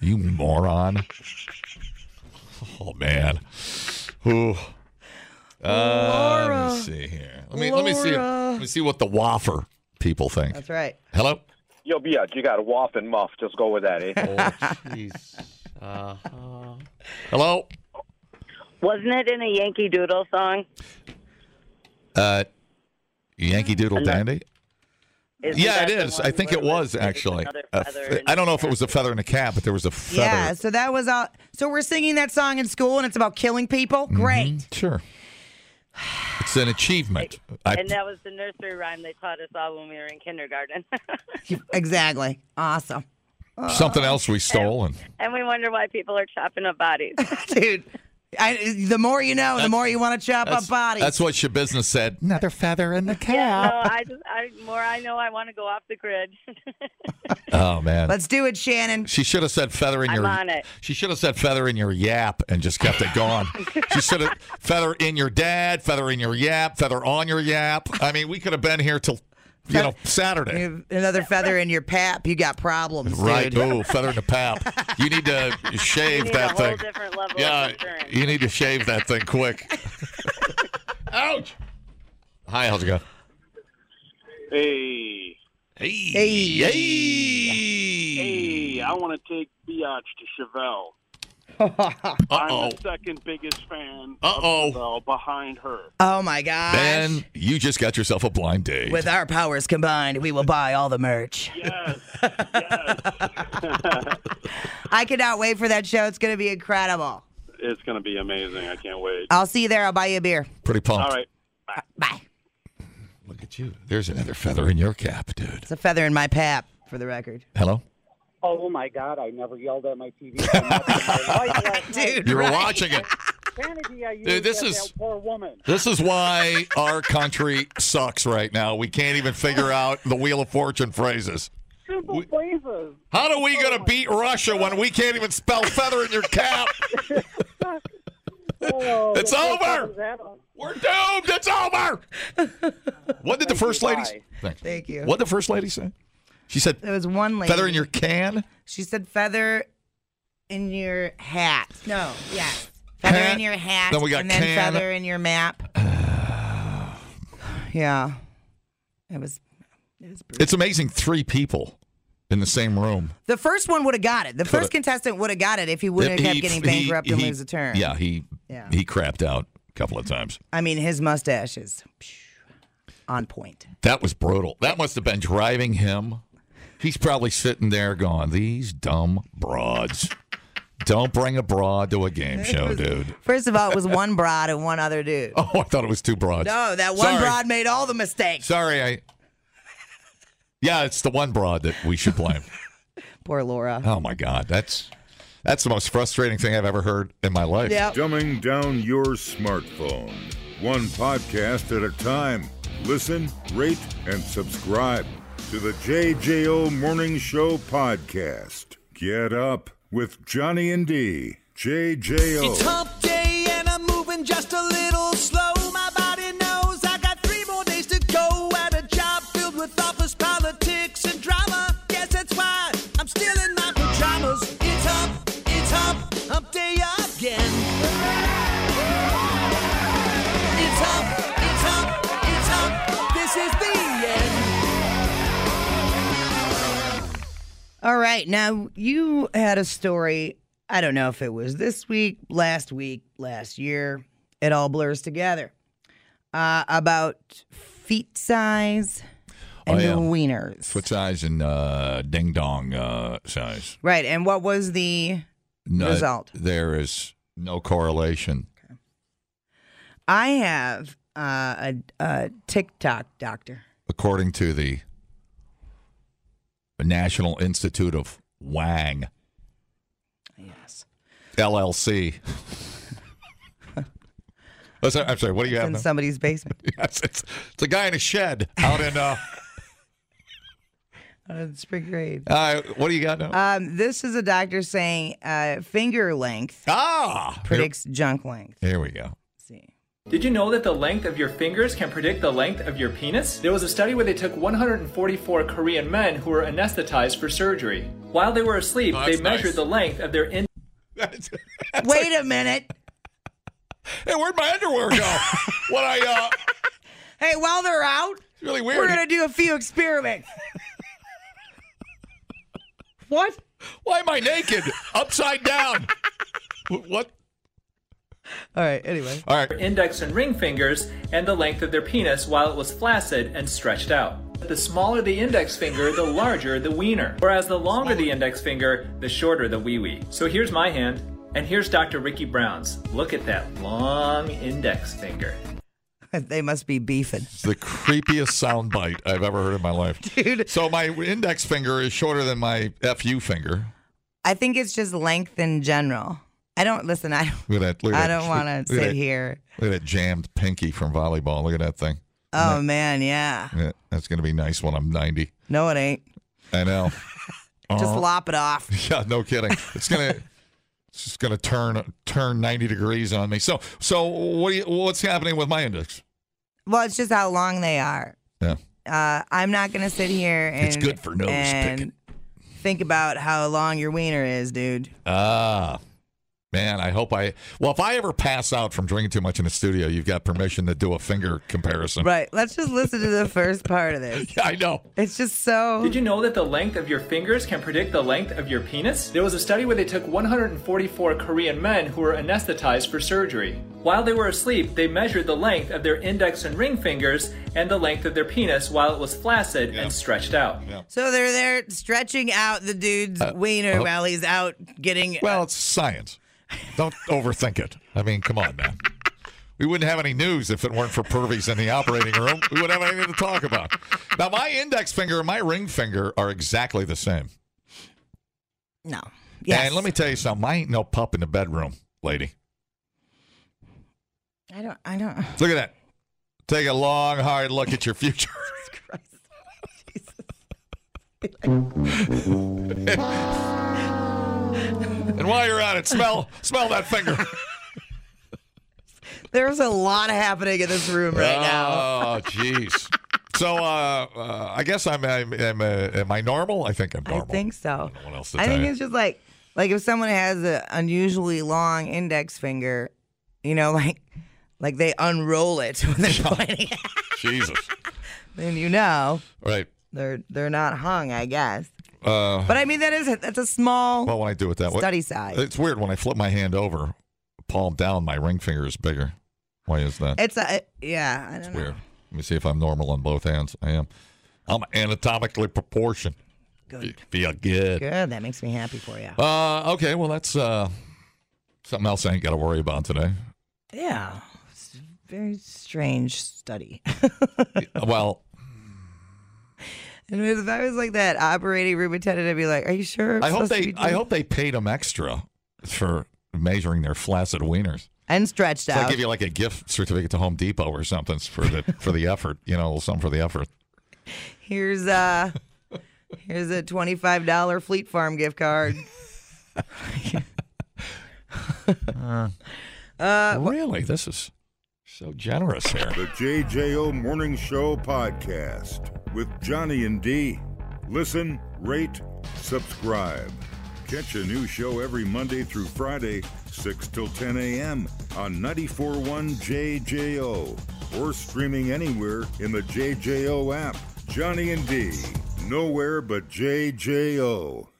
Speaker 2: You moron. Oh man. Ooh. Uh, let me see here. Let me let me see.
Speaker 16: Laura.
Speaker 2: Let me see what the wafer people think.
Speaker 5: That's right.
Speaker 2: Hello.
Speaker 16: Yo, Biatch, you got a waff and muff. Just go with that, eh?
Speaker 2: Hello.
Speaker 17: Wasn't it in a Yankee Doodle song?
Speaker 2: Uh, Yankee Doodle
Speaker 17: Another-
Speaker 2: Dandy.
Speaker 17: Isn't
Speaker 2: yeah,
Speaker 17: that
Speaker 2: it
Speaker 17: the
Speaker 2: is.
Speaker 17: one
Speaker 2: I think
Speaker 17: where
Speaker 2: it was actually.
Speaker 17: another
Speaker 2: A
Speaker 17: feather
Speaker 2: fe-
Speaker 17: in
Speaker 2: I don't know if it was a feather in a cap, but there was a feather.
Speaker 5: Yeah. So that was all. So we're singing that song in school, and it's about killing people.
Speaker 2: Mm-hmm.
Speaker 5: Great.
Speaker 2: Sure. It's an achievement. I,
Speaker 17: and that was the nursery rhyme they taught us all when we were in kindergarten.
Speaker 5: Exactly. Awesome.
Speaker 2: something else we stole, and
Speaker 17: and we wonder why people are chopping up bodies.
Speaker 5: Dude, I, the more you know, the more you want to chop up
Speaker 2: that's,
Speaker 5: bodies.
Speaker 2: that's what your business said. Another feather in the cap.
Speaker 17: Yeah, no, I just, I, more I know, I want to go off the grid.
Speaker 2: Oh man.
Speaker 5: Let's do it, Shannon.
Speaker 2: She should have said feather in
Speaker 17: I'm
Speaker 2: your.
Speaker 17: on it.
Speaker 2: She should have said feather in your yap and just kept it going. she should have feather in your dad, feather in your yap, feather on your yap. I mean, we could have been here till you know Saturday.
Speaker 5: You have another feather in your pap. You got problems,
Speaker 2: Right.
Speaker 5: dude.
Speaker 2: Oh, feather in the pap. You need to shave
Speaker 17: need
Speaker 2: that
Speaker 17: a
Speaker 2: thing.
Speaker 17: whole different level
Speaker 2: yeah,
Speaker 17: of insurance.
Speaker 2: you need to shave that thing quick. Ouch. Hi, how's it going?
Speaker 18: Hey.
Speaker 2: Hey.
Speaker 18: Hey.
Speaker 2: Hey.
Speaker 18: I want to take Biatch to Chevelle.
Speaker 2: Uh-oh.
Speaker 18: I'm
Speaker 2: Oh.
Speaker 18: the second biggest fan
Speaker 2: Uh-oh.
Speaker 18: of Chevelle behind her.
Speaker 5: Oh my gosh.
Speaker 2: Ben, you just got yourself a blind date.
Speaker 5: With our powers combined, we will buy all the merch.
Speaker 18: Yes.
Speaker 5: I cannot wait for that show. It's going to be incredible.
Speaker 18: It's going to be amazing. I can't wait.
Speaker 5: I'll see you there. I'll buy you a beer.
Speaker 2: Pretty pumped.
Speaker 18: All right.
Speaker 2: Look at you. There's another feather in your cap, dude.
Speaker 5: It's a feather in my pap, for the record.
Speaker 2: Hello?
Speaker 19: Oh my God! I never yelled at my TV. so much in my life last night.
Speaker 2: You were watching it.
Speaker 19: Kennedy, I
Speaker 2: Dude,
Speaker 19: used
Speaker 2: this
Speaker 19: at
Speaker 2: is-
Speaker 19: that poor woman.
Speaker 2: This is why our country sucks right now. We can't even figure out the Wheel of Fortune phrases.
Speaker 19: Simple phrases.
Speaker 2: How do we gonna beat Russia when we can't even spell feather in your cap?
Speaker 19: Oh,
Speaker 2: It's
Speaker 19: the first
Speaker 2: over.
Speaker 19: one was that one.
Speaker 2: We're doomed. It's over. What did the first lady? s- Thanks.
Speaker 5: Thank you.
Speaker 2: What did the first lady say? She said
Speaker 5: There was one lady.
Speaker 2: feather in your can.
Speaker 5: She said feather in your hat. No, yes. Feather
Speaker 2: Hat.
Speaker 5: in your hat.
Speaker 2: Then we got
Speaker 5: and then
Speaker 2: can.
Speaker 5: feather in your map. yeah. It was
Speaker 2: It's amazing. Three people in the same room.
Speaker 5: The first one would have got it. The
Speaker 2: Coulda.
Speaker 5: first contestant would have got it if he wouldn't have
Speaker 2: He-
Speaker 5: kept getting
Speaker 2: he-
Speaker 5: bankrupt and
Speaker 2: he-
Speaker 5: lose a turn.
Speaker 2: Yeah, he
Speaker 5: Yeah.
Speaker 2: he crapped out a couple of times.
Speaker 5: I mean, his mustache is phew, on point.
Speaker 2: That was brutal. That must have been driving him. He's probably sitting there going, "These dumb broads. Don't bring a broad to a game show, dude."
Speaker 5: First of all, it was one broad and one other dude.
Speaker 2: Oh, I thought it was two broads.
Speaker 5: No, that one
Speaker 2: Sorry.
Speaker 5: broad made all the mistakes.
Speaker 2: Sorry, I. Yeah, it's the one broad that we should blame.
Speaker 5: Poor Laura.
Speaker 2: Oh my God, that's that's the most frustrating thing I've ever heard in my life.
Speaker 1: Dumbing down your smartphone. One podcast at a time. Listen, rate, and subscribe to the JJO Morning Show podcast. Get up with Johnny and D. JJO.
Speaker 20: It's hump day and I'm moving just a little slow. My body knows I got three more days to go at a job filled with office politics and drama. Yes, that's why I'm still in my pajamas. It's hump, it's hump, hump day again. It's hump, it's hump, it's hump. This is the end.
Speaker 5: All right. Now, you had a story. I don't know if it was this week, last week, last year. It all blurs together uh, about feet size and the wieners.
Speaker 2: foot size and uh, ding dong uh, size.
Speaker 5: Right. And what was the
Speaker 2: No,
Speaker 5: result?
Speaker 2: There is no correlation.
Speaker 5: I have uh, a, a TikTok doctor.
Speaker 2: according to the National Institute of Wang.
Speaker 5: Yes.
Speaker 2: LLC. Oh, sorry- I'm sorry. What do you have?
Speaker 5: in
Speaker 2: now?
Speaker 5: somebody's basement.
Speaker 2: yes, it's, it's a guy in a shed out in. Uh,
Speaker 5: Uh, It's pretty great.
Speaker 2: uh, what do you got now?
Speaker 5: Um, this is a doctor saying uh, finger length
Speaker 2: ah
Speaker 5: predicts junk length.
Speaker 2: Here we go.
Speaker 21: Did you know that the length of your fingers can predict the length of your penis? There was a study where they took 144 Korean men who were anesthetized for surgery. While they were asleep,
Speaker 2: Oh,
Speaker 21: they
Speaker 2: that's
Speaker 21: measured
Speaker 2: nice.
Speaker 21: the length of their in.
Speaker 5: Wait a minute.
Speaker 2: Hey, where'd my underwear go? what I uh
Speaker 5: Hey, while they're out,
Speaker 2: really
Speaker 5: We're
Speaker 2: weird.
Speaker 5: gonna do a few experiments. what?
Speaker 2: Why am I naked? Upside down. Wh- what?
Speaker 5: All right. Anyway.
Speaker 2: All right.
Speaker 21: Index and ring fingers and the length of their penis while it was flaccid and stretched out. The smaller the index finger, the larger the wiener. Whereas the longer the index finger, the shorter the wee wee. So here's my hand, and here's Dr. Ricky Brown's. Look at that long index finger.
Speaker 5: they must be beefing.
Speaker 2: It's the creepiest soundbite I've ever heard in my life,
Speaker 5: dude.
Speaker 2: So my index finger is shorter than my fu finger.
Speaker 5: I think it's just length in general. I don't listen. I don't.
Speaker 2: Look at that. Look at
Speaker 5: I
Speaker 2: that.
Speaker 5: don't want
Speaker 2: Look
Speaker 5: to
Speaker 2: at
Speaker 5: sit
Speaker 2: that.
Speaker 5: here.
Speaker 2: Look at that jammed pinky from volleyball. Look at that thing.
Speaker 5: Oh man, yeah.
Speaker 2: Yeah, That's gonna be nice when I'm 90.
Speaker 5: No, it ain't.
Speaker 2: I know.
Speaker 5: Just
Speaker 2: Uh,
Speaker 5: lop it off.
Speaker 2: Yeah, no kidding. It's gonna. It's just gonna turn turn 90 degrees on me. So so what do you, what's happening with my index?
Speaker 5: Well, it's just how long they are.
Speaker 2: Yeah.
Speaker 5: Uh, I'm not gonna sit here and
Speaker 2: It's good for nose
Speaker 5: and Think about how long your wiener is, dude.
Speaker 2: Ah, man, I hope I. Well, if I ever pass out from drinking too much in the studio, you've got permission to do a finger comparison.
Speaker 5: Right. Let's just listen to the first part of this.
Speaker 2: Yeah, I know.
Speaker 5: It's just so.
Speaker 21: Did you know that the length of your fingers can predict the length of your penis? There was a study where they took 144 Korean men who were anesthetized for surgery. While they were asleep, they measured the length of their index and ring fingers and the length of their penis while it was flaccid and stretched out.
Speaker 5: So they're there stretching out the dude's wiener
Speaker 2: uh,
Speaker 5: while he's out getting.
Speaker 2: Well, it's science. Don't overthink it. I mean, come on, man. We wouldn't have any news if it weren't for pervies in the operating room. We wouldn't have anything to talk about. Now, my index finger and my ring finger are exactly the same.
Speaker 5: no. Yes.
Speaker 2: And let me tell you something. I ain't no pup in the bedroom, lady.
Speaker 5: I don't. I don't.
Speaker 2: Look at that. Take a long, hard look at your future. and while you're at it, smell smell that finger.
Speaker 5: There's a lot happening in this room right now.
Speaker 2: Oh, jeez. So uh, uh, I guess I'm, I'm, am, uh, am I normal? I think I'm
Speaker 5: I
Speaker 2: normal.
Speaker 5: think so.
Speaker 2: What else to
Speaker 5: I
Speaker 2: tell
Speaker 5: think
Speaker 2: you?
Speaker 5: it's just like like if someone has an unusually long index finger, you know, like like they unroll it when they're pointing, at it,
Speaker 2: Jesus.
Speaker 5: then you know
Speaker 2: Right.
Speaker 5: they're they're not hung. I guess.
Speaker 2: Uh,
Speaker 5: But I mean, that is that's a small.
Speaker 2: well, when I do it that way,
Speaker 5: Study side.
Speaker 2: It's weird when I flip my hand over, palm down, my ring finger is bigger. Why is that?
Speaker 5: It's a yeah. I don't know.
Speaker 2: Weird. Let me see if I'm normal on both hands. I am. I'm anatomically proportioned.
Speaker 5: Good.
Speaker 2: Feel good.
Speaker 5: Good. That makes me happy for you.
Speaker 2: Uh, okay, well, that's uh, something else I ain't got to worry about today.
Speaker 5: Yeah. It's a very strange study.
Speaker 2: well,
Speaker 5: and if I was like that operating room attendant, I'd be like, "Are you sure?" I'm
Speaker 2: I hope
Speaker 5: supposed to
Speaker 2: they
Speaker 5: be
Speaker 2: I
Speaker 5: doing-"
Speaker 2: hope they paid them extra for measuring their flaccid wieners.
Speaker 5: and stretched
Speaker 2: So I
Speaker 5: out.
Speaker 2: give you like a gift certificate to Home Depot or something for the for the effort. You know, something for the effort.
Speaker 5: here's uh here's a twenty five dollar Fleet Farm gift card.
Speaker 2: Uh,
Speaker 5: Uh,
Speaker 2: really, this is so generous here.
Speaker 1: The JJO Morning Show podcast with Johnny and D. Listen, rate, subscribe. Catch a new show every Monday through Friday, 6 till 10 a.m. on 941 JJO or streaming anywhere in the JJO app. Johnny and D. Nowhere but JJO.